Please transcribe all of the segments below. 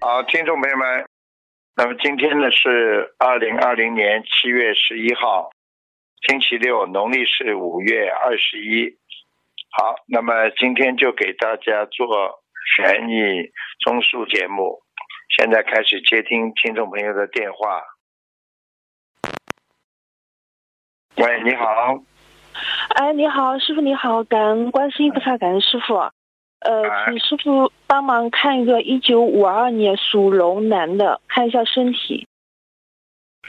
好，听众朋友们，那么今天呢是二零二零年七月十一号，星期六，农历是五月二十一。好，那么今天就给大家做悬疑综述节目，现在开始接听听众朋友的电话。喂，你好，哎，你好，师傅你好，感恩观世音菩萨，感恩师傅。哎呃，请师傅帮忙看一个一九五二年属龙男的，看一下身体，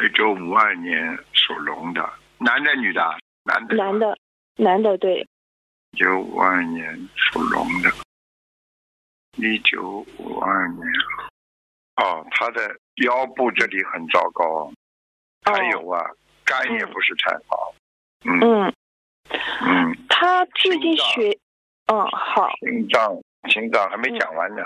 一九五二年属龙的，男的女的？男的。男。的，男的，对，一九五二年属龙的，一九五二年，哦，他的腰部这里很糟糕，哦还有啊，肝也不是太好，嗯嗯，嗯，他最近心脏血，嗯，好，心脏心脏还没讲完呢，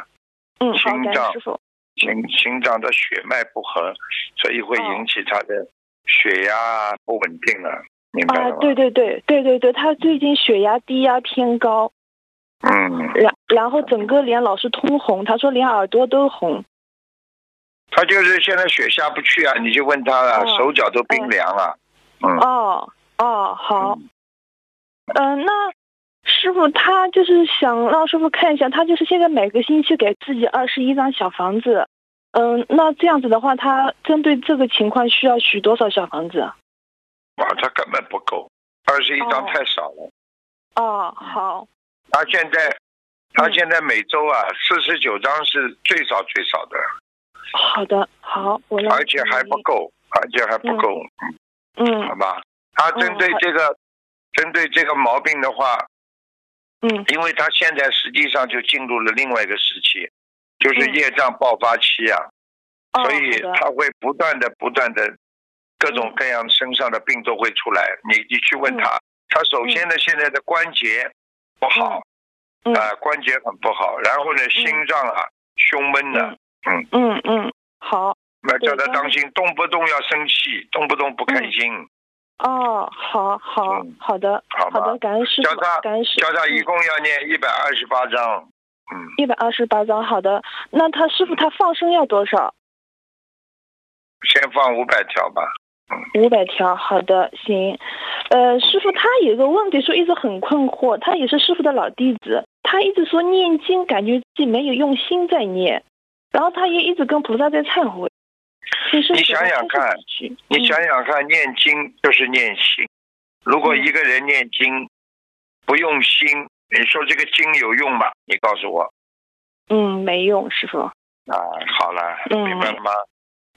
嗯，好，心感脏恩师傅，心心脏的血脉不和，所以会哦引起他的血压不稳定了，明白啊了吗？，对对对对对对，他最近血压低压偏高，嗯，然然后整个脸老是通红，他说连耳朵都红，他就是现在血下不去啊，你就问他了，哦手脚都冰凉了，嗯。哦哦，好，嗯嗯、那师傅他就是想让师傅看一下，他就是现在每个星期给自己二十一张小房子。嗯、那这样子的话，他针对这个情况需要许多少小房子？哇，他根本不够，二十一张哦太少了。哦，好，他现在，他嗯现在每周啊，四十九张是最少最少的，好的，好，我来。而且还不。够，而且还不够，嗯好吧？他针对嗯好这个，针对这个毛病的话，嗯，因为他现在实际上就进入了另外一个时期，就是嗯业障爆发期啊，哦，所以好的他会不断的、不断的，各种嗯各样身上的病都会出来。你你去问他，他首先呢，现在的关节不好。嗯啊、关节很不好，然后呢，心脏啊、胸闷的，嗯嗯，好，那叫他对当心，动不动要生气，动不动不开心，嗯哦，好好嗯好的，好好吧的，？感恩师叫傅他，感恩师。叫他一共要念一百二十八章，嗯，一百二十八张，好的。那他师傅他放生要多少？先放五百条吧。五百条，好的，行。呃，师傅他有个问题说一直很困惑，他也是师傅的老弟子，他一直说念经感觉自己没有用心在念，然后他也一直跟菩萨在忏悔。请师傅你想想看开示几句，你想想看，念经就是念心，如果嗯一个人念经不用心，你说这个经有用吗？你告诉我嗯，嗯，没用，师傅。啊，好了，嗯明白了吗？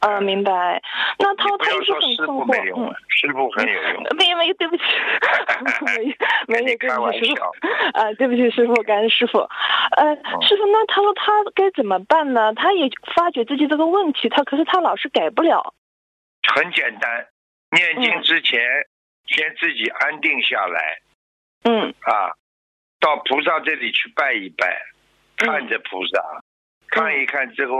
呃，明白。那他你不他要一直说很师困傅惑，没用啊嗯，，师傅很有用，没有没有，对不起， 没有跟没你有，对开不玩起，师傅。笑。啊，对不起，师傅，感恩师傅。呃，哦师傅，那他说他该怎么办呢？他也发觉自己这个问题，他可是他老是改不了。很简单，念经之前、先自己安定下来嗯啊，到菩萨这里去拜一拜，嗯看着菩萨，看一看之后，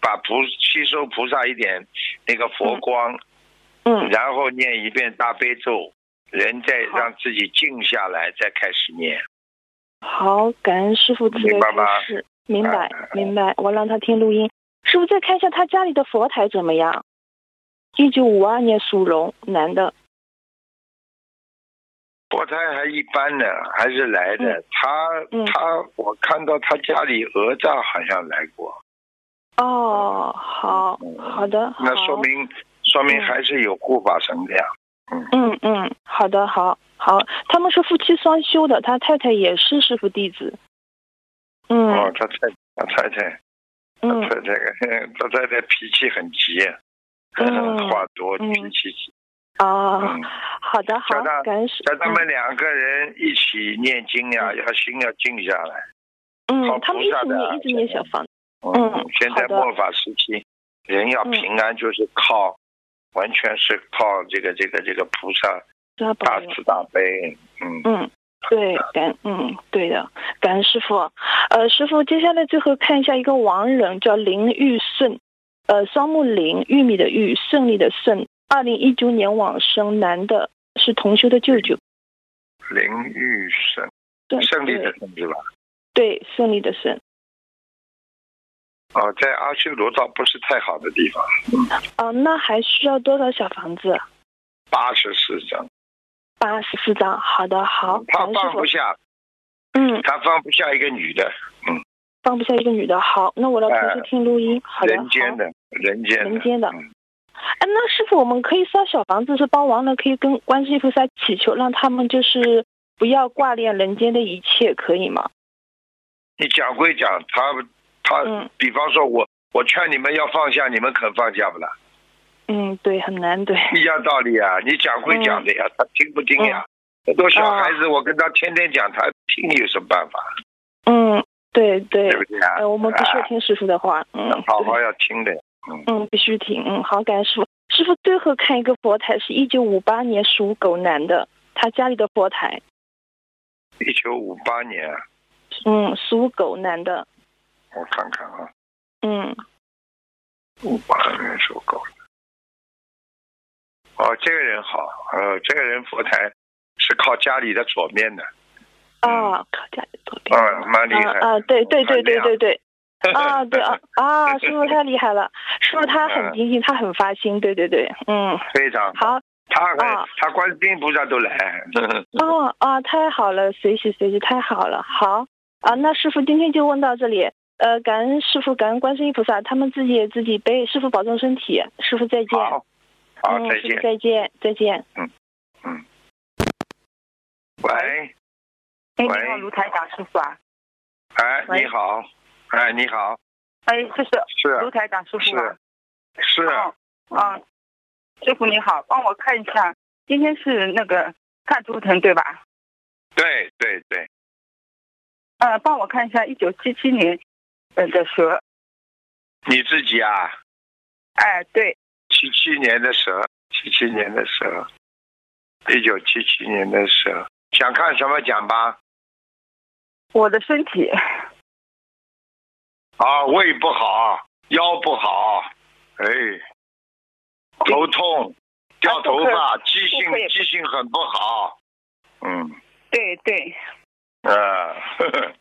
把菩吸收菩萨一点那个佛光，嗯然后念一遍大悲咒，人再好让自己静下来，再开始念。好，感恩师傅慈明悲白吗开示，明白明白，我让他听录音。师傅再看一下他家里的佛台怎么样？一九五二年属龙，男的。佛胎还一般呢，还是来的。他嗯他，我看到他家里讹诈好像来过。哦，好好的，嗯好那说明说明嗯还是有护法神的呀。嗯嗯，好的，好好，他们是夫妻双修的，他太太也是师傅弟子。嗯、哦，他太他太太他嗯太太 他太太脾气很急，啊嗯话多，嗯脾气急。啊嗯，，好的好叫他，感恩师叫他们两个人一起念经呀，要心要静下来。嗯，好嗯他们一菩萨起的啊念一直念小房子，嗯现在好的末法时期，人要嗯平安，就是靠完全是靠这个这个这个菩萨对他大保佑。慈大悲。嗯，嗯，对，感嗯对的，感恩师傅。呃，师傅，接下来最后看一下一个亡人叫林玉胜，呃，双木林，玉米的玉，胜利的胜，二零一九年往生，男的，是同修的舅舅。灵玉神对，胜利对的胜是吧？对，胜利的胜。哦，在阿修罗道不是太好的地方，哦、那还需要多少小房子？八十四张，八十四张。好的，好，他感恩师放傅不。下，嗯，他放不下一个女的，放不下一个女的。好，那我让同事听录音。好的，哎好人。间的，人间的，人间的嗯哎，那师傅，我们可以烧小房子，是帮亡人可以跟观世音菩萨祈求，让他们就是不要挂念人间的一切，可以吗？你讲归讲，他他，嗯比方说我我劝你们要放下，你们肯放下不啦？嗯，对，很难，对，一样道理啊，你讲归讲的呀，他听不听呀？很多小孩子，我跟他天天讲，他听有什么办法？嗯，对对对不，对啊？呃，我们必须要啊听师傅的话，嗯，好对好要听的。嗯，必须听。嗯，好，感恩师傅。师傅最后看一个佛台，是一九五八年属狗男的，他家里的佛台，一九五八年啊，嗯，属狗男的，我看看啊，嗯，五八年属狗的。哦，这个人好，呃，这个人佛台是靠家里的左面的，啊，靠家里多边，嗯，蛮厉啊害。啊，对对对对对对，对 啊对啊啊，师傅太厉害了，师傅他嗯很精进，他很发心，对对对，嗯，非常好。好，他很、啊他观世音菩萨都来，嗯哦啊，太好了，随喜随喜，太好了，好啊，那师傅今天就问到这里。呃，感恩师傅，感恩观世音菩萨，他们自己也自己背。师傅保重身体，师傅再见。好，好，嗯再师见傅。再见，再见。喂，喂哎，你好，卢台长师傅啊！哎，喂你好，哎，你好，哎，这是是卢台长师傅吗？是，哦嗯，师傅你好，帮我看一下，今天是那个看图腾对吧？对对对，呃，帮我看一下一九七七年呃的蛇，你自己啊，哎，对，七七年的蛇，七七年的蛇，一九七七年的蛇，想看什么讲吧？我的身体，啊，胃不好，腰不好，哎，头痛，掉头发，记性啊妇科也不记性很不好，嗯。对对，啊， 呵呵，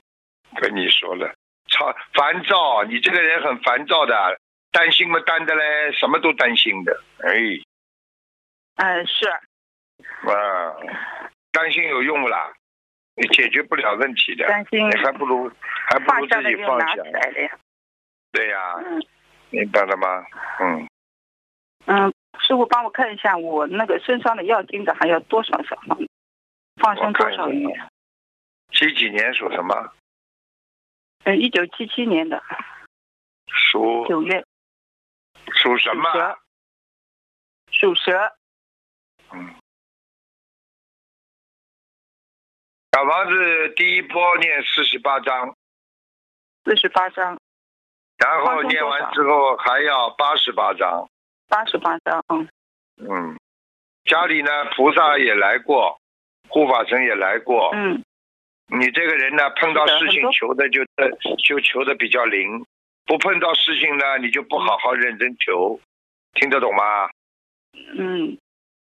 跟你说了，操，烦躁，你这个人很烦躁的，担心嘛担的嘞，什么都担心的，哎，嗯、是，啊，担心有用不啦？你解决不了问题的，担心你还不如哎还不放如下自了己又放拿下起，来了呀。对呀、明白了吗？嗯，嗯，师傅帮我看一下我那个身上的药精子还有多少小方，放生多少鱼我看一？几几年属什么？嗯，一九七七年的属九月属什么属？蛇，属蛇。嗯，小房子第一波念四十八章。四十八张，然后念完之后还要八十八张。八十八张，嗯，嗯，家里呢，菩萨也来过，护法神也来过。嗯，你这个人呢，碰到事是的很情多求的就呃就求的比较灵，不碰到事情呢，你就不好好认真求，听得懂吗？嗯，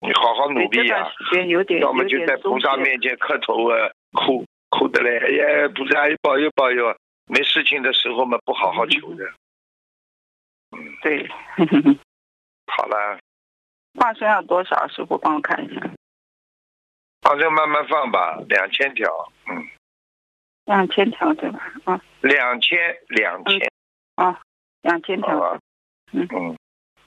你好好努对，这力段啊，时间有点要么有就在点菩松萨懈，面前磕头啊，哭哭的嘞，哎呀，菩萨保佑保佑。没事情的时候嘛，不好好求嗯的。对， 好了，放生要多少？师傅帮我看一下，反正慢慢放吧，两千条，嗯。两千条对吧？啊，两千两千，两千好啊条，吧？嗯嗯，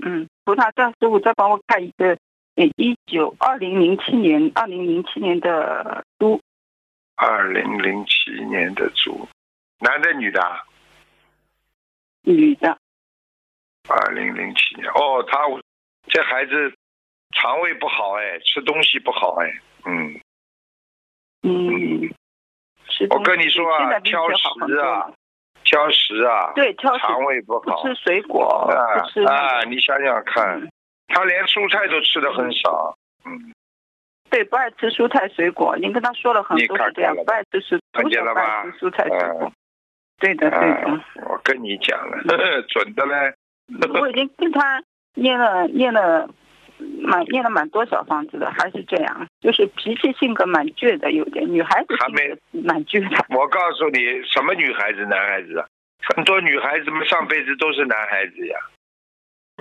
嗯，菩萨再师傅再帮我看一个，呃，一九二零零七年，二零零七年的猪，二零零七年的猪，男的女的啊？女的，二零零七年，哦，他这孩子肠胃不好哎，吃东西不好哎，嗯，嗯，是我跟你说啊现在比以前挑好很食多啊了，挑食啊，对，挑食，肠胃不不好吃水果，不吃啊那啊！个你想想看，他连蔬菜都吃的很少，嗯，对，不爱吃蔬菜水果。您跟他说了很你多看次这样见了，不爱吃蔬，看从见小了不吧嗯爱吃蔬菜水果。 对嗯的，对啊的，，我跟你讲了， 准的嘞， 我已经跟他念了念了蛮念了蛮多小房子的，还是这样，就是脾气性格蛮倔的，有点女孩子还性格蛮倔的。我告诉你，什么女孩子、男孩子啊，很多女孩子们上辈子都是男孩子呀，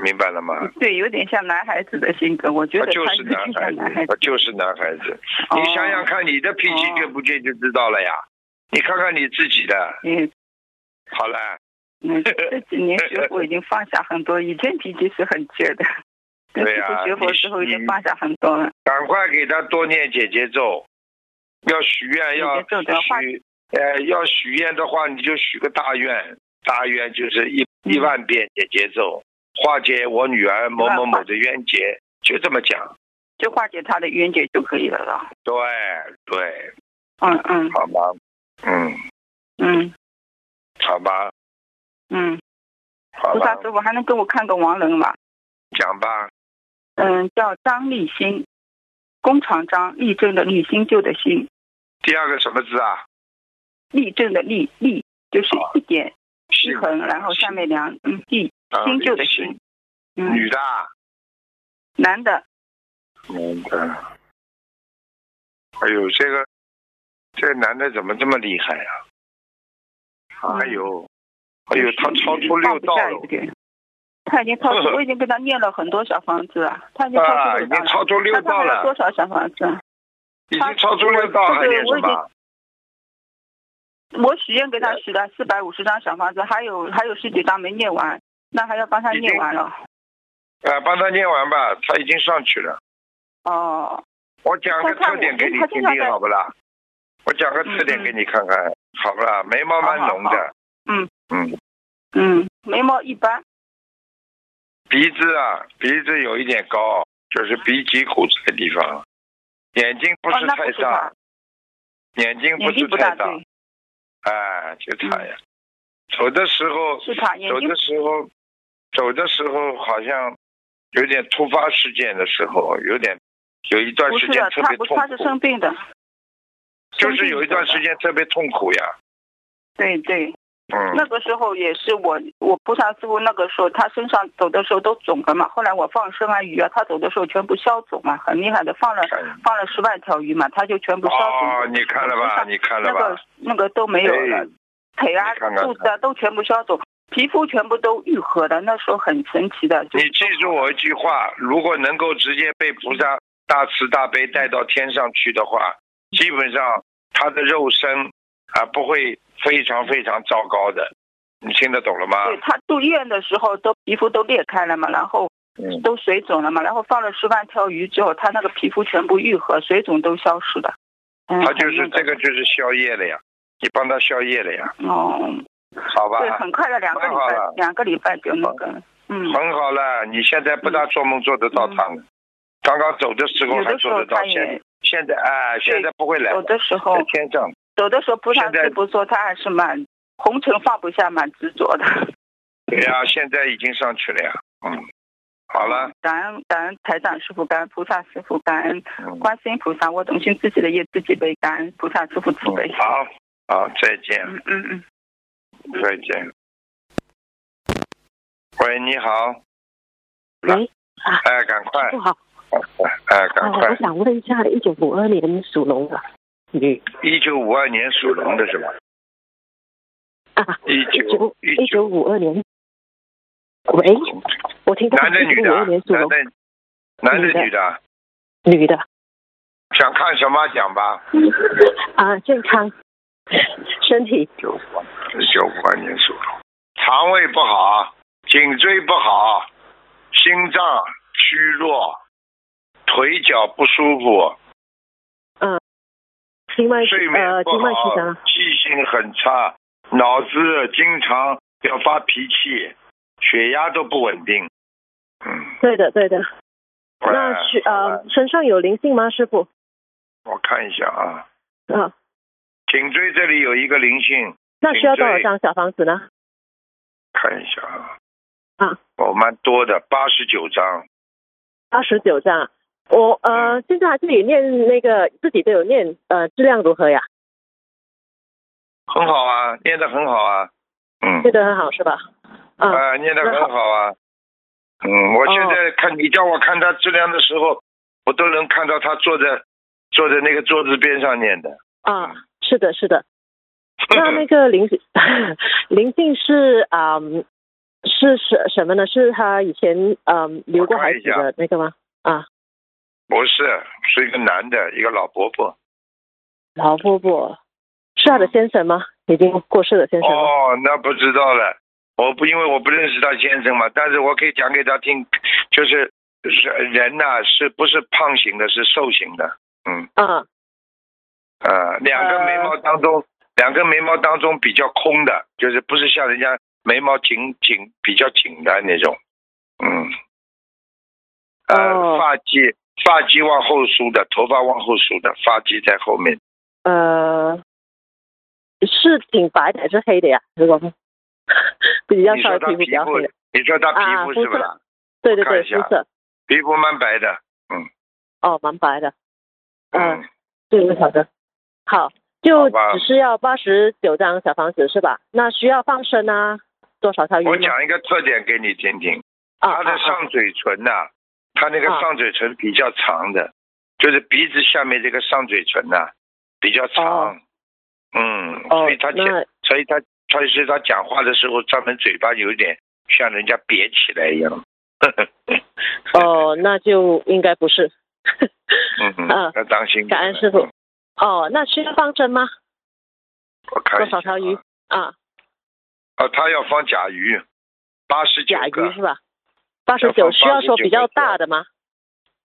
明白了吗？ 对，有点像男孩子的性格，我觉我得嗯啊就他是是男孩像男孩子，子我。就是男孩子。哦你想想，看，你的脾气倔不倔就知道了呀。你看看你自己的，嗯，好了，嗯这几年学佛已经放下很多，以前脾气是很倔的，但对是呀不学佛之后已你嗯经放下很多了。赶快给他多念姐姐咒，要许愿，要姐姐咒的话许，呃，要许愿的话，你就许个大愿，大愿就是一嗯一万遍姐姐咒，化解我女儿某某某的冤结，就这么讲。就化解他的冤结就可以了了。对对，嗯嗯好吧，嗯，嗯好吧，嗯，好菩萨吧，师傅还能给我看个亡人吗？讲吧，嗯，叫张立新，工厂张，立正的立，新旧的新，第二个什么字啊？立正的立，立就是一点哦是一横，然后下面两嗯地，新旧的新，嗯啊女，的啊，男的，明白。哎呦，这个这个男的怎么这么厉害呀、啊？嗯哎呦，哎呦，他超出六道放了不下有点他已经超 出，我已经给他念了很多小房子啊，他已经超啊！出已六道经超出六了。那道他还有多了，少小房子啊？已他经超出六道，我还念什么？我许愿给他许了四百五十张小房子，还有还有十几张没念完，那还要帮他念完了。啊，帮他念完吧，他已经上去了。哦，我讲个特点给你听他看我他经听，常在好不啦？我讲个特点给你看看，好不啦？眉毛蛮浓好好的，嗯嗯，嗯，眉毛一般，鼻子啊，鼻子有一点高，就是鼻脊骨这个地方，眼睛不哦，是那太不是大他，，眼睛不眼是睛不太大，大，对，嗯哎，就他呀。走的时候，是他眼走睛的时候，走的时候好像有点突发事件的时候，有点有一段不时是间的，特他别不痛他是苦，生病的，就是有一段时间特别痛苦呀。对对，那嗯，个时候也是我我菩萨师傅那个时候他身上走的时候都肿的嘛，后来我放生啊鱼啊，他走的时候全部消肿嘛，很厉害的，放了看放了十万条鱼嘛，他就全部消肿。哎哦，你看了吧？你看了那个吧？那个都没有了哎，腿啊你看看肚子啊都全部消肿，皮肤全部都愈合了，那时候很神奇的。就你记住我一句话：如果能够直接被菩萨大慈大悲带到天上去的话，基本上他的肉身啊不会非常非常糟糕的。你听得懂了吗？对他住院的时候都皮肤都裂开了嘛，然后嗯都水肿了嘛，然后放了十万条鱼之后，他那个皮肤全部愈合，水肿都消失了。嗯他就是很那这个就是宵夜了呀，你帮他宵夜了呀，哦，好吧？对，很快的两个礼蛮好拜了，两个礼拜就那个了，嗯，很好了，你现在不大做梦做得到他了，刚刚走的时候有还的时做候得到他，现也现在哎，现在不会来有了，的时候在天上。走的时候，菩萨现在师傅说他还是蛮红尘放不下，蛮执着的。对呀、现在已经上去了呀，嗯，好了，，感恩感恩台长师傅，感恩菩萨师傅，感恩嗯，观世音菩萨，我懂心自己的业自己背，感恩菩萨师傅慈悲嗯。好，好，再见，嗯嗯嗯，再见。喂，你好，喂，哎，赶快，不好，哎，赶呃我快，想问一下，一九五二年属龙的女一九五二年属龙的是吧？啊，一九一一九九五二年，喂，我听到男的一女九的五啊二年？属男龙的，男的女的女的？女的想看什么讲吧？啊，健康， 身体九五九五二年属龙，肠胃不好，啊颈椎不好，啊心脏虚弱，腿脚不舒服，另外睡眠呃，不另外其好他，记性很差，脑子经常要发脾气，血压都不稳定。嗯，对的对的，喂那是喂呃身上有灵性吗，师傅？我看一下啊，啊，颈椎这里有一个灵性，那需要颈多椎少张小房子呢？看一下啊。啊，哦，蛮多的，八十九张。二十九张。我呃，嗯现在自己念那个自己都有念，呃，质量如何呀？很好啊，念得很好啊，嗯，念得很好是吧？啊、啊、念得很好啊，嗯，我哦现在看、你叫我看他质量的时候，我都能看到他坐在坐在那个桌子边上念的，啊，是的，是的， 那那个灵 灵性是啊、嗯是什什么呢？是他以前嗯留过孩子我看的那个吗？啊，不是，是一个男的，一个老伯伯。老婆婆是他的先生吗？已经过世的先生吗？哦，那不知道了，我不因为我不认识他先生嘛，但是我可以讲给他听，就是是人呐、是不是胖型的，是瘦型的，嗯啊，呃，两个眉毛当中，两个眉毛当中比较空的，就是不是像人家眉毛紧紧比较紧的那种，嗯，呃，哦发际发际往后梳的，头发往后梳的，发际在后面，呃，是挺白的还是黑的呀？如果 比较你稍说微他皮肤比较黑的，你说他皮啊肤肤是不是？色对对看对，一下肤色皮肤蛮白的，哦，蛮白的。嗯嗯，对对，好的，好，就好吧只是要八十九张小房子是吧？那需要放生啊，多少条鱼我呢？讲一个特点给你听听，啊他啊的上嘴唇呐、他那个啊上嘴唇比较长的，就是鼻子下面这个上嘴唇呐、比较长，哦嗯，啊哦所以他，讲，那所以他，所以是他讲话的时候，他们嘴巴有一点像人家瘪起来一样。哦，那就应该不是。 嗯嗯嗯，要当心。感恩师傅。哦，那需要放生吗？我看一多下少条鱼？啊？哦，他要放甲鱼，八十九甲个鱼，是吧？八要十放九需要说比较89大的吗？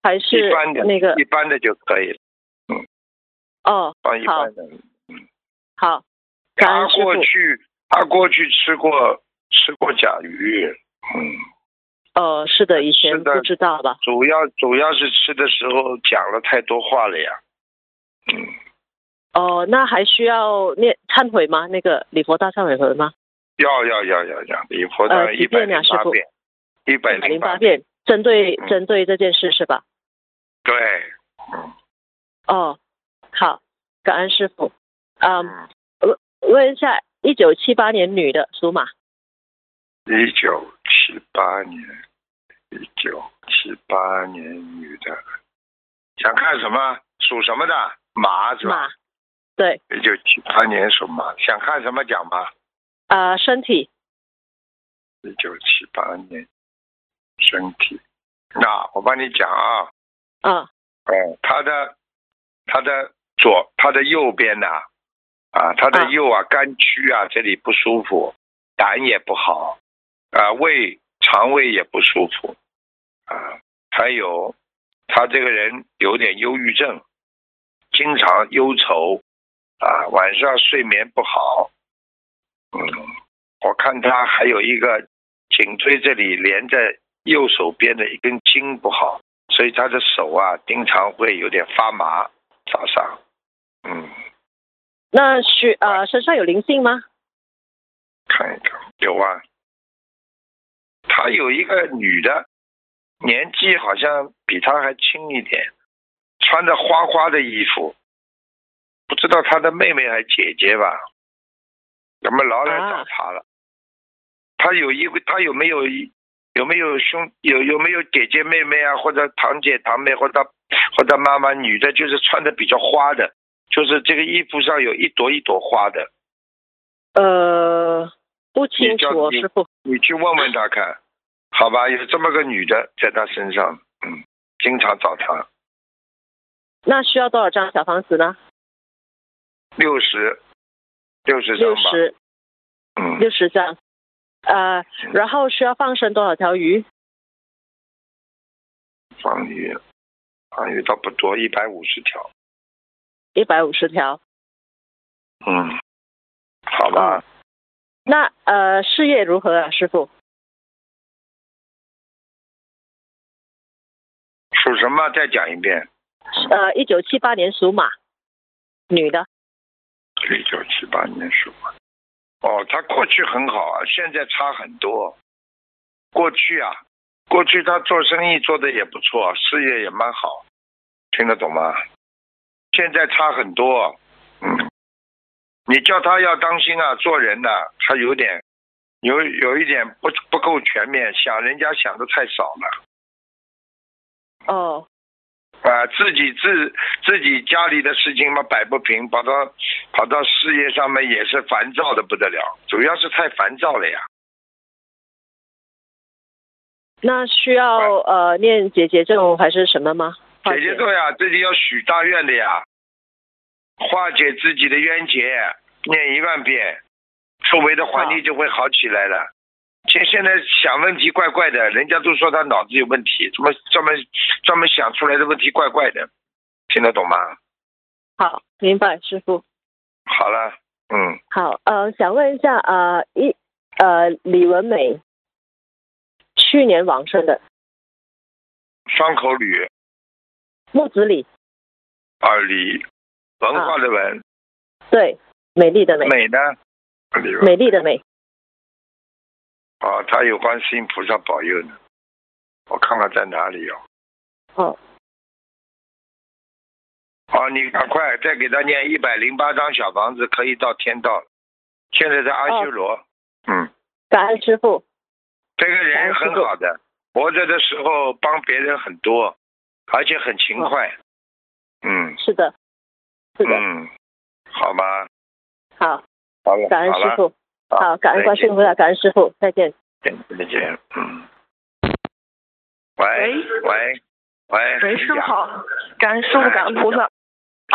还一是般的那个一般的就可以了，哦，放一好般的。好，感他恩师过傅。去他过去吃过吃过甲鱼，嗯，哦，是的，以是前的不知道吧？主要主要是吃的时候讲了太多话了呀，嗯，哦，那还需要念忏悔吗？那个礼佛大忏悔文吗？要要要要要，礼佛呢呃一几百遍零呀八师傅遍，一百零零八遍，遍，针对嗯针对这件事是吧？对，哦，好，感恩师傅。嗯，嗯，问一下，一九七八年女的属马，一九七八年，一九七八年女的，想看什么？属什么的？马是吧？马，对，一九七八年属马，想看什么讲吧。啊、身体一九七八年，身体。那我帮你讲啊，啊、嗯，他的他的左他的右边呐、啊，他的啊右啊肝区啊这里不舒服，胆也不好，啊胃肠胃也不舒服，啊，还有他这个人有点忧郁症，经常忧愁，啊晚上睡眠不好，嗯，我看他还有一个颈椎这里连着右手边的一根筋不好。所以他的手啊，经常会有点发麻，早上，嗯，那需呃身上有灵性吗？看一看，有啊。他有一个女的，年纪好像比他还轻一点，穿着花花的衣服，不知道他的妹妹还姐姐吧？怎么老来找啊他了？他有一个，他有没有一有没有兄有有没有姐姐妹妹啊，或者堂姐堂妹，或者或者妈妈，女的就是穿的比较花的，就是这个衣服上有一朵一朵花的。呃，不清叫楚哦，你师傅。你去问问他看，好吧？有这么个女的在他身上，嗯，经常找他，那需要多少张小房子呢？六十，六十张六吧，十，嗯，六十张。呃，然后需要放生多少条鱼？放鱼，放鱼倒不多，一百五十条，一百五十条。嗯，好嗯吧，那呃，事业如何啊，师傅？属什么？再讲一遍，呃，一九七八年属马，女的。一九七八年属马。哦，他过去很好啊，现在差很多。过去啊，过去他做生意做的也不错，事业也蛮好，听得懂吗？现在差很多。嗯，你叫他要当心啊，做人呐、他有点有有一点不不够全面，想人家想的太少了。哦，啊、自己自自己家里的事情嘛摆不平，跑到跑到事业上面也是烦躁的不得了，主要是太烦躁了呀。那需要呃念姐姐咒还是什么吗？化姐姐咒呀，自己要许大愿的呀，化解自己的冤结，念一万遍，周围的环境就会好起来了。现现在想问题怪怪的，人家都说他脑子有问题，怎么专门专门想出来的问题怪怪的，听得懂吗？好，明白，师傅。好了，嗯，好，呃，想问一下，呃，一呃，李文美，去年往生的双口吕，木子李，二李，文化的文，对，美丽啊的美，美呢？李文美丽的美，哦，他有观世音菩萨保佑呢。我看看在哪里哦。哦，哦，你赶快再给他念一百零八张小房子，可以到天道了。现在在阿修罗。哦嗯，感恩师傅，这个人很好的，活着的时候帮别人很多，而且很勤快。嗯是的，哦是的，嗯，好吗？好，好了，感恩好师了，傅，好，感恩观世音菩萨，感恩师傅，再见。再见，再见，嗯。喂喂喂，喂，师傅呀好，感恩师傅，感恩菩哎萨。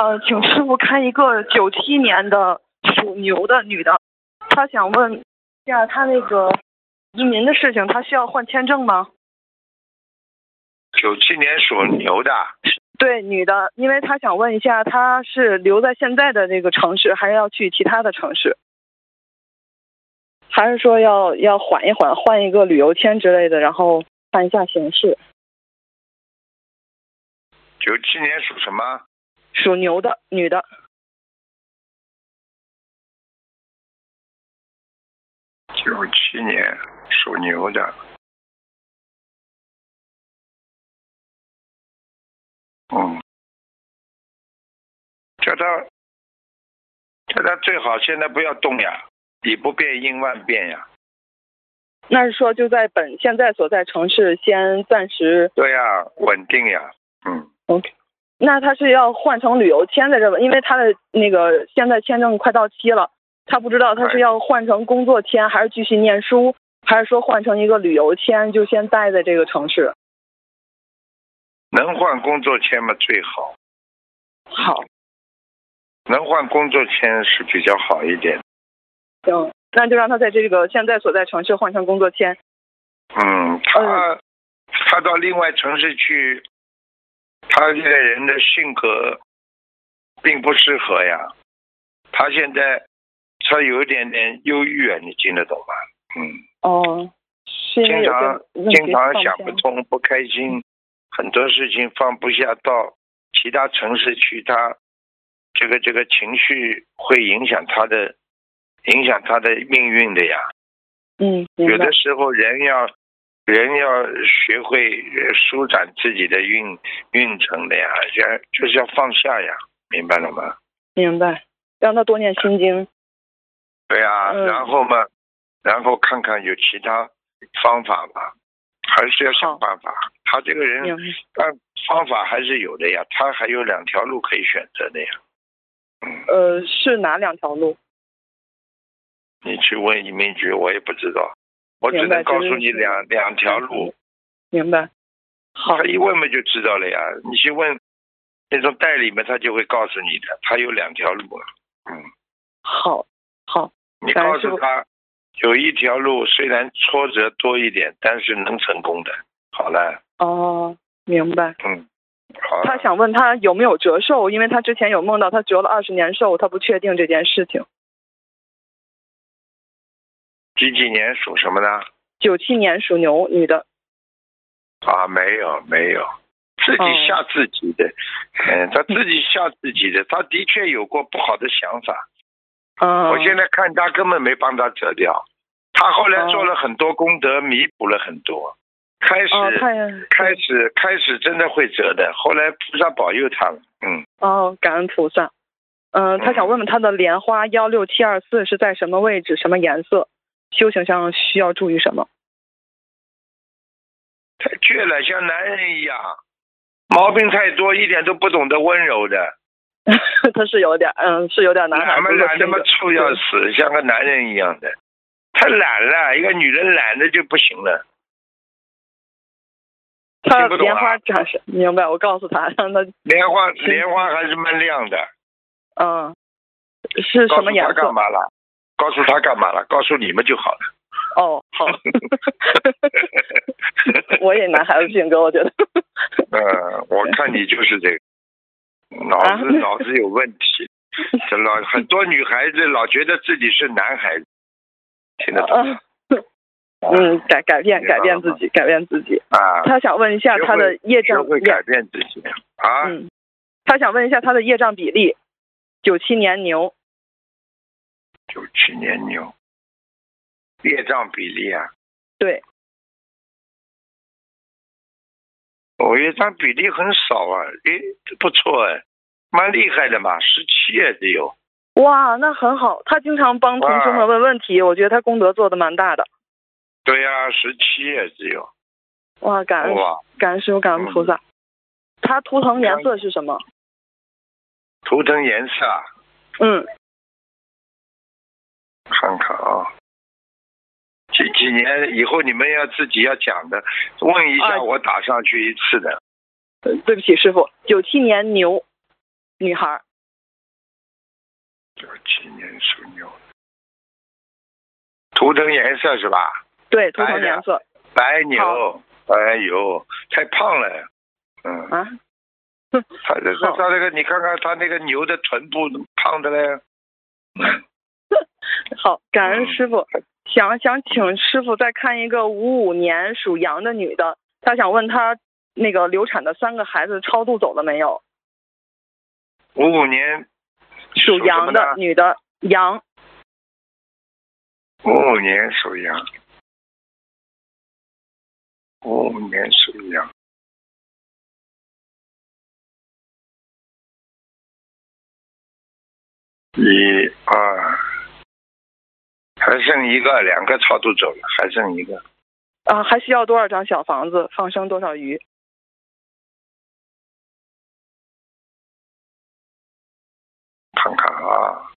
呃，请师傅看一个九七年的属牛的女的，她想问一下她那个移民的事情，她需要换签证吗？九七年属牛的，对，女的，因为她想问一下，她是留在现在的这个城市，还是要去其他的城市？还是说要要缓一缓，换一个旅游签之类的，然后看一下形势？九七年属什么？属牛的女的，九七年属牛的。嗯，叫他，叫他最好现在不要动呀，以不变应万变呀。那是说就在本现在所在城市先暂时对呀，稳定呀。嗯，那他是要换成旅游签在这吧？因为他的那个现在签证快到期了，他不知道他是要换成工作签，还是继续念书，还是说换成一个旅游签，就先待在这个城市。能换工作签嘛最好，好，能换工作签是比较好一点。行，那就让他在这个现在所在城市换成工作签。嗯，他他到另外城市去，他这个人的性格并不适合呀。他现在他有一点点忧郁啊，你听得懂吗？嗯，哦，是因为有经常个问题经常想放不不下通，不开心，很多事情放不下，到其他城市去，他这个这个情绪会影响他的影响他的命运的呀。嗯，有明白的。时候人要人要学会呃舒展自己的运运程的呀，要就是要放下呀，明白了吗？明白，让他多念心经。对啊，嗯然后嘛，然后看看有其他方法吧，还是要想好办法。他这个明人，白。但方法还是有的呀，他还有两条路可以选择的呀。嗯，呃，是哪两条路？你去问移民局，我也不知道，我只明白能告就是诉你是两两条路。。明白。好他，一问嘛就知道了呀。你去问那种代理嘛，他就会告诉你的。他有两条路啊，好，好。你当然告是诉我他有一条路虽然挫折多一点，但是能成功的。好了，哦，明白。嗯，好了。他想问他有没有折寿，因为他之前有梦到他折了二十年寿，他不确定这件事情。几几年属什么呢？九七年属牛女的，啊，没有没有，自己哦吓自己的，嗯，他自己吓自己的，他的确有过不好的想法，嗯，我现在看他根本没帮他折掉，他后来做了很多功德，弥补了很多。开始、哦，太开始开始真的会折的，后来菩萨保佑他了。嗯，哦，感恩菩萨。嗯，他想问问他的莲花幺六七二四是在什么位置，什么颜色？修行上需要注意什么？ 太倔了，像男人一样，毛病太多，一点都不懂得温柔的，他是有点，嗯，是有点男他孩子们的懒性得嘛格臭要死，像个男人一样的。太懒了，一个女人懒的就不行了。他听不懂莲花啊展示，明白？我告诉他， 让他，莲花是莲花还是蛮亮的，嗯，是告什诉么颜他色干？嘛了？告诉他干嘛了？告诉你们就好了。哦， 好， 我也男孩子性格，我觉得，嗯，我看你就是这个，脑子啊脑子有问题。这老很多女孩子老觉得自己是男孩子，听得懂嗯，嗯，改改变明白改变了自吗己，改变自己。啊？他想问一下学他的会业学障，会业改变自己啊！嗯，他想问一下他的业障比例，九七年牛，九七年牛，业障比例啊，对，我哦业障比例很少啊，诶，这不错哎，蛮厉害的嘛，十七也只有。哇，那很好。他经常帮同学们问问题，我觉得他功德做的蛮大的。对呀、十七也只有，哇，感恩哇！嗯感恩师傅，感恩菩萨。他图腾颜色是什么？图腾颜色啊，嗯，看看啊。几几年以后你们要自己要讲的，问一下啊我打上去一次的，呃对不起，师傅，九七年牛，女孩儿。九七年属牛，图腾颜色是吧？对，图白腾的颜色白牛，哎呦，太胖了，嗯，啊，他这好他那个，你看看他那个牛的臀部胖的嘞，好，感恩嗯师傅。想想请师傅再看一个五五年属羊的女的，她想问她那个流产的三个孩子超度走了没有？五五年属什么羊的呢？女的羊，五五年属羊，五五年属羊，一二，还剩一个，两个超度走了，还剩一个。啊，还需要多少张小房子？放生多少鱼？看看啊，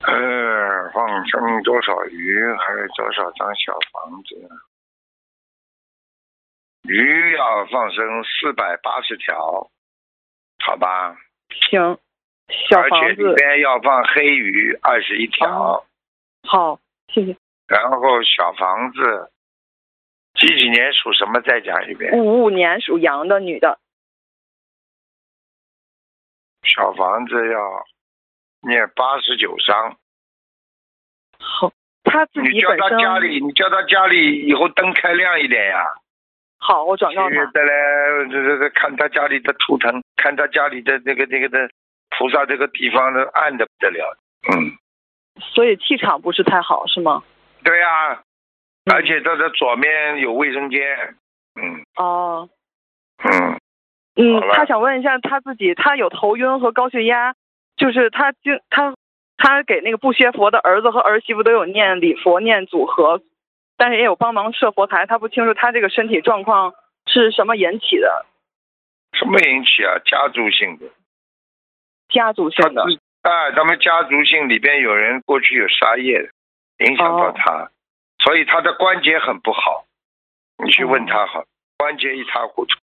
呃，放生多少鱼，还有多少张小房子？鱼要放生四百八十条，好吧？行，小而且房里子边要放黑鱼二十一条，哦好，谢谢。然后小房子，几几年属什么？再讲一遍。五五年属羊的女的，小房子要念八十九章。好，她自你己叫本他家身里，你叫他家里以后灯开亮一点呀。好，我转告去她。再来，这这这看他家里的图腾，看他家里的那个那个的菩萨这个地方的暗的不得了。嗯，所以气场不是太好，是吗？对呀、嗯而且他的左面有卫生间。嗯哦，嗯，嗯好了，她想问一下她自己，她有头晕和高血压，就是她经她她给那个不学佛的儿子和儿媳妇都有念礼佛念组合，但是也有帮忙设佛台，她不清楚她这个身体状况是什么引起的，什么引起啊？家族性的，家族他性的。自哎，他们家族性里边有人过去有杀业的，影响到哦他，所以他的关节很不好。你去问哦他好，关节一塌糊涂，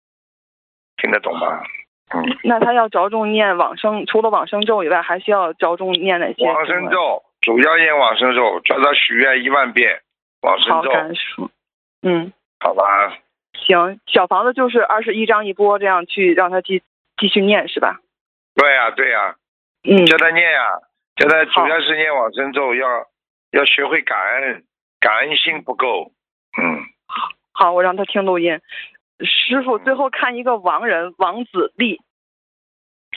听得懂哦吗？嗯。那他要着重念往生，除了往生咒以外，还需要着重念哪些经文？往生咒，主要念往生咒，叫他许愿一万遍往生好，咒，感恩师傅。嗯，好吧？行，小房子就是二十一张一波，这样去让他继继续念是吧？对呀、对呀、嗯，叫他念呀、叫他好主要是念往生咒，要要学会感恩，感恩心不够，嗯，好，我让他听录音。师傅，嗯最后看一个亡人王子立，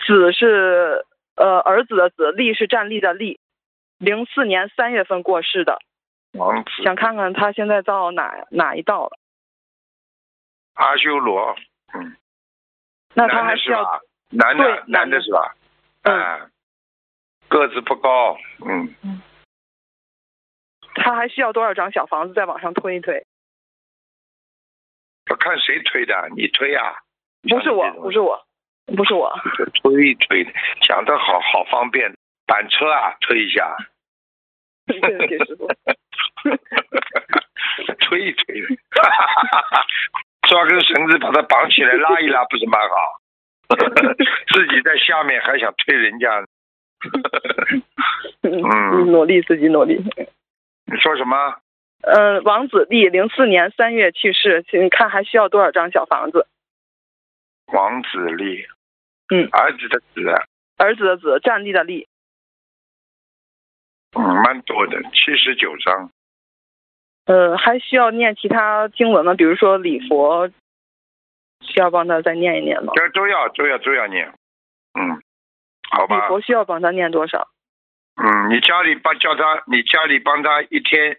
子是呃儿子的子，立是站立的立，零四年三月份过世的，王子想看看他现在到哪哪一道了？阿修罗，那他男还的需是要吧？男对的，男男的的是吧？嗯啊，个子不高，嗯，他还需要多少张小房子再往上推一推？要看谁推的，你推啊？不是我，不是我，不 是我。推一推，讲的好好方便，板车啊，推一下。对不起，师傅。 推一推，抓根绳子把它绑起来，拉一拉，不是蛮好？ 自己在下面还想推人 家，嗯，努力自己努力。你说什么？嗯、呃，王子立零四年三月去世，请看还需要多少张小房子？王子立，嗯，儿子的子，儿子的子，站立的立，嗯，蛮多的，七十九张。呃，还需要念其他经文吗？比如说礼佛，需要帮他再念一念吗？这都要都要都要念，嗯，好吧。礼佛需要帮他念多少？嗯，你家里帮叫他，你家里帮他一天，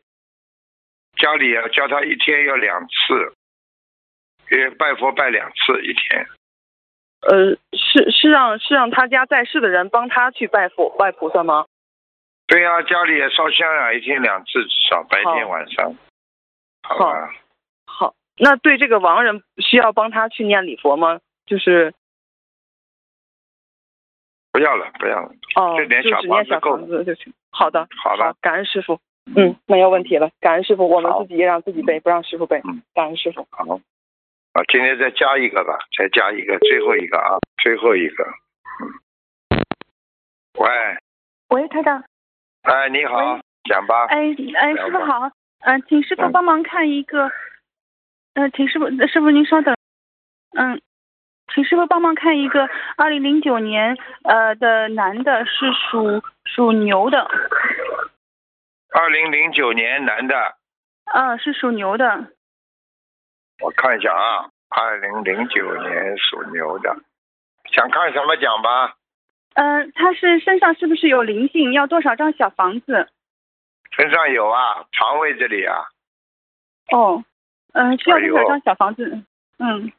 家里要叫他一天要两次，也拜佛拜两次一天。呃，是是让是让他家在世的人帮他去拜佛拜菩萨吗？对呀、啊，家里也烧香啊，一天两次，至少白天晚上，好吧？好，那对这个亡人需要帮他去念礼佛吗？就是不要了，不要了，哦，这点就小只房念子小够房了。子就行。好的，好的，感恩师傅。嗯，没有问题了，感恩师傅。我们好自己也让自己背，不让师傅背嗯。感恩师傅。好，啊，今天再加一个吧，再加一个，最后一个啊，最后一个。嗯喂，喂，台长，哎，你好喂，讲吧。哎哎，聊师傅吧好，嗯、请师傅嗯帮忙看一个，嗯、请师傅，师傅您稍等，嗯，请师傅帮忙看一个二零零九年呃的男的，是属属牛的，二零零九年男的，嗯、是属牛的，我看一下啊，二零零九年属牛的，想看什么讲吧？嗯、他是身上是不是有灵性？要多少张小房子？身上有啊，肠胃这里啊，哦，嗯、需要多哎呦少张小房子？嗯，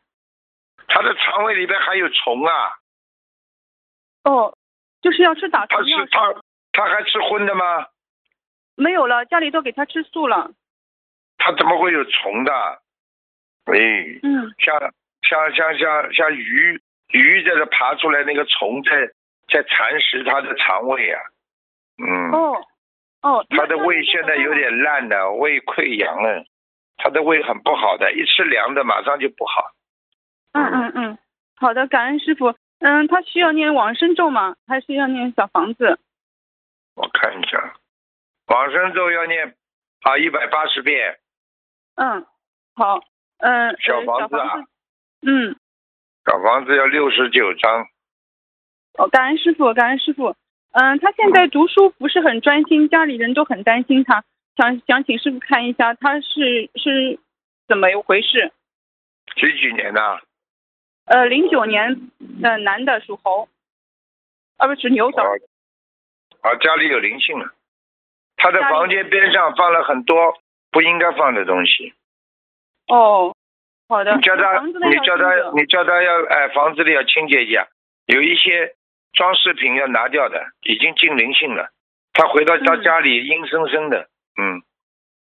他的肠胃里边还有虫啊，哦，就是要吃打他虫吃药，他他还吃荤的吗？没有了，家里都给他吃素了，他怎么会有虫的？哎，嗯，像像像像像鱼鱼在这爬出来，那个虫在在蚕食它的肠胃啊，嗯，哦，哦，他的那 胃现在有。那点烂了，胃溃疡了，他的胃很不好的，一吃凉的马上就不好。嗯嗯嗯，好的，感恩师傅。嗯，他需要念往生咒吗？还是要念小房子？我看一下，往生咒要念啊一百八十遍，嗯，好。嗯，呃小小房子啊房子嗯，小房子要六十九章。哦，感恩师傅，感恩师傅。嗯，他现在读书不是很专心，家里人都很担心他，想想请师傅看一下他是是怎么一回事。几几年的？呃，零九年的男的属猴，啊不是属牛的啊，啊，家里有灵性了。他的家里房间边上放了很多不应该放的东西。哦，好的。你叫他，房子呢你要叫盯他着，你叫他要，哎，房子里要清洁一下，有一些装饰品要拿掉的，已经进灵性了。他回到他嗯家里阴森森的，嗯，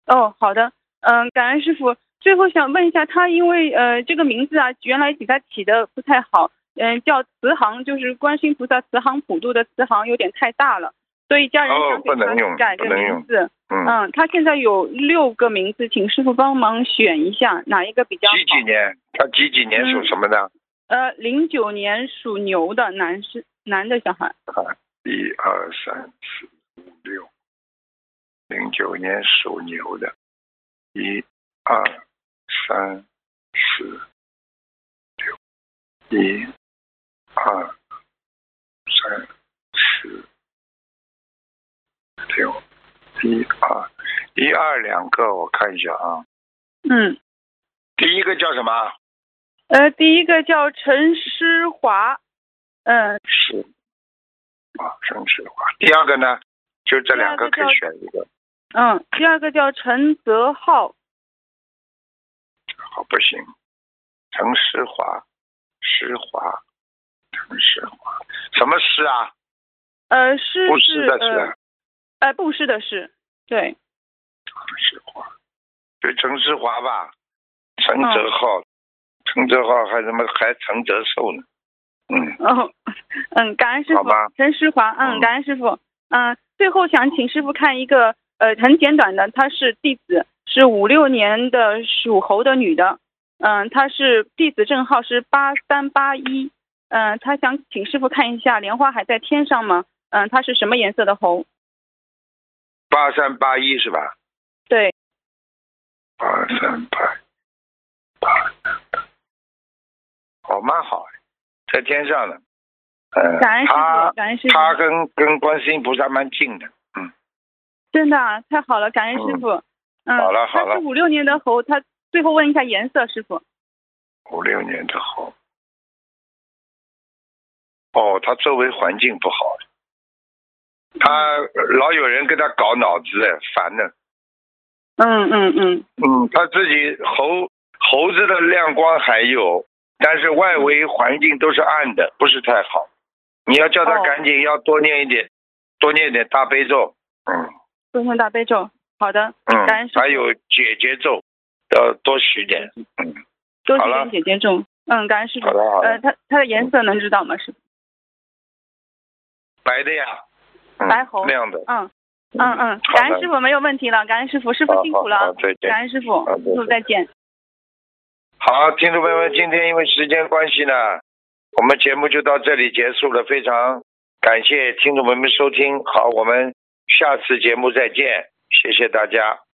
哦，好的，嗯，感恩师傅。最后想问一下，他因为呃这个名字啊，原来给他起的不太好，嗯、叫慈航，就是观世音菩萨慈航普渡的慈航，有点太大了，所以家人哦想不能给用他改不个能名用字。嗯，嗯，他现在有六个名字，请师傅帮忙选一下哪一个比较好几？几年？他几几年属嗯什么的？呃，零九年属牛的男士，男的小孩。啊，一二三四五六，零九年属牛的，一二三四六，一二三四六，一二一二两个，我看一下啊，嗯，第一个叫什么？呃，第一个叫陈诗华，嗯、是啊，生石化。第二个呢，就这第二两个个可以叫选一个，嗯，第二个叫陈泽浩，好不行。陈石华，石华，陈石华，什么诗啊？呃，诗不是是的是啊呃，呃，布施的施，对，嗯陈石华，对，陈石华吧，陈泽浩，陈泽浩还什么还陈泽寿呢？嗯，哦， 嗯，感恩师好傅吧，陈世华，嗯，嗯感恩师傅，嗯，最后想请师傅看一个呃很简短的，她是弟子，是五六年的属猴的女的，嗯，她是弟子证号是八三八一，嗯，她想请师傅看一下莲花还在天上吗？嗯，她是什么颜色的猴？八三八一是吧？对，八三八，八三八，哦，蛮好，在天上呢。嗯，感恩师他傅，感恩师傅，他跟跟观世音菩萨蛮近的。嗯，真的啊太好了，感恩师嗯傅，嗯，好了好她了是五六年的猴，她最后问一下颜色，师傅，五六年的猴。哦，他周围环境不好，他老有人跟他搞脑子，烦的。嗯嗯嗯，嗯，他自己猴猴子的亮光还有，但是外围环境都是暗的，不是太好。你要叫他哦赶紧要多念一点，多念一点大悲咒，嗯多念大悲咒，好的。感恩嗯，师父还有解结咒，要多许点。周好启了跟姐姐中，嗯，感恩师傅好。的好的，呃，它它的颜色能知道吗？师傅？白的呀，嗯白猴亮的。嗯嗯嗯，好感的恩师傅没有问题了，感恩师傅，师好傅辛苦了好好啊，再见。感恩师傅好，师傅再再见。好，听众朋友们，今天因为时间关系呢，我们节目就到这里结束了。非常感谢听众朋友们收听，好，我们下次节目再见，谢谢大家。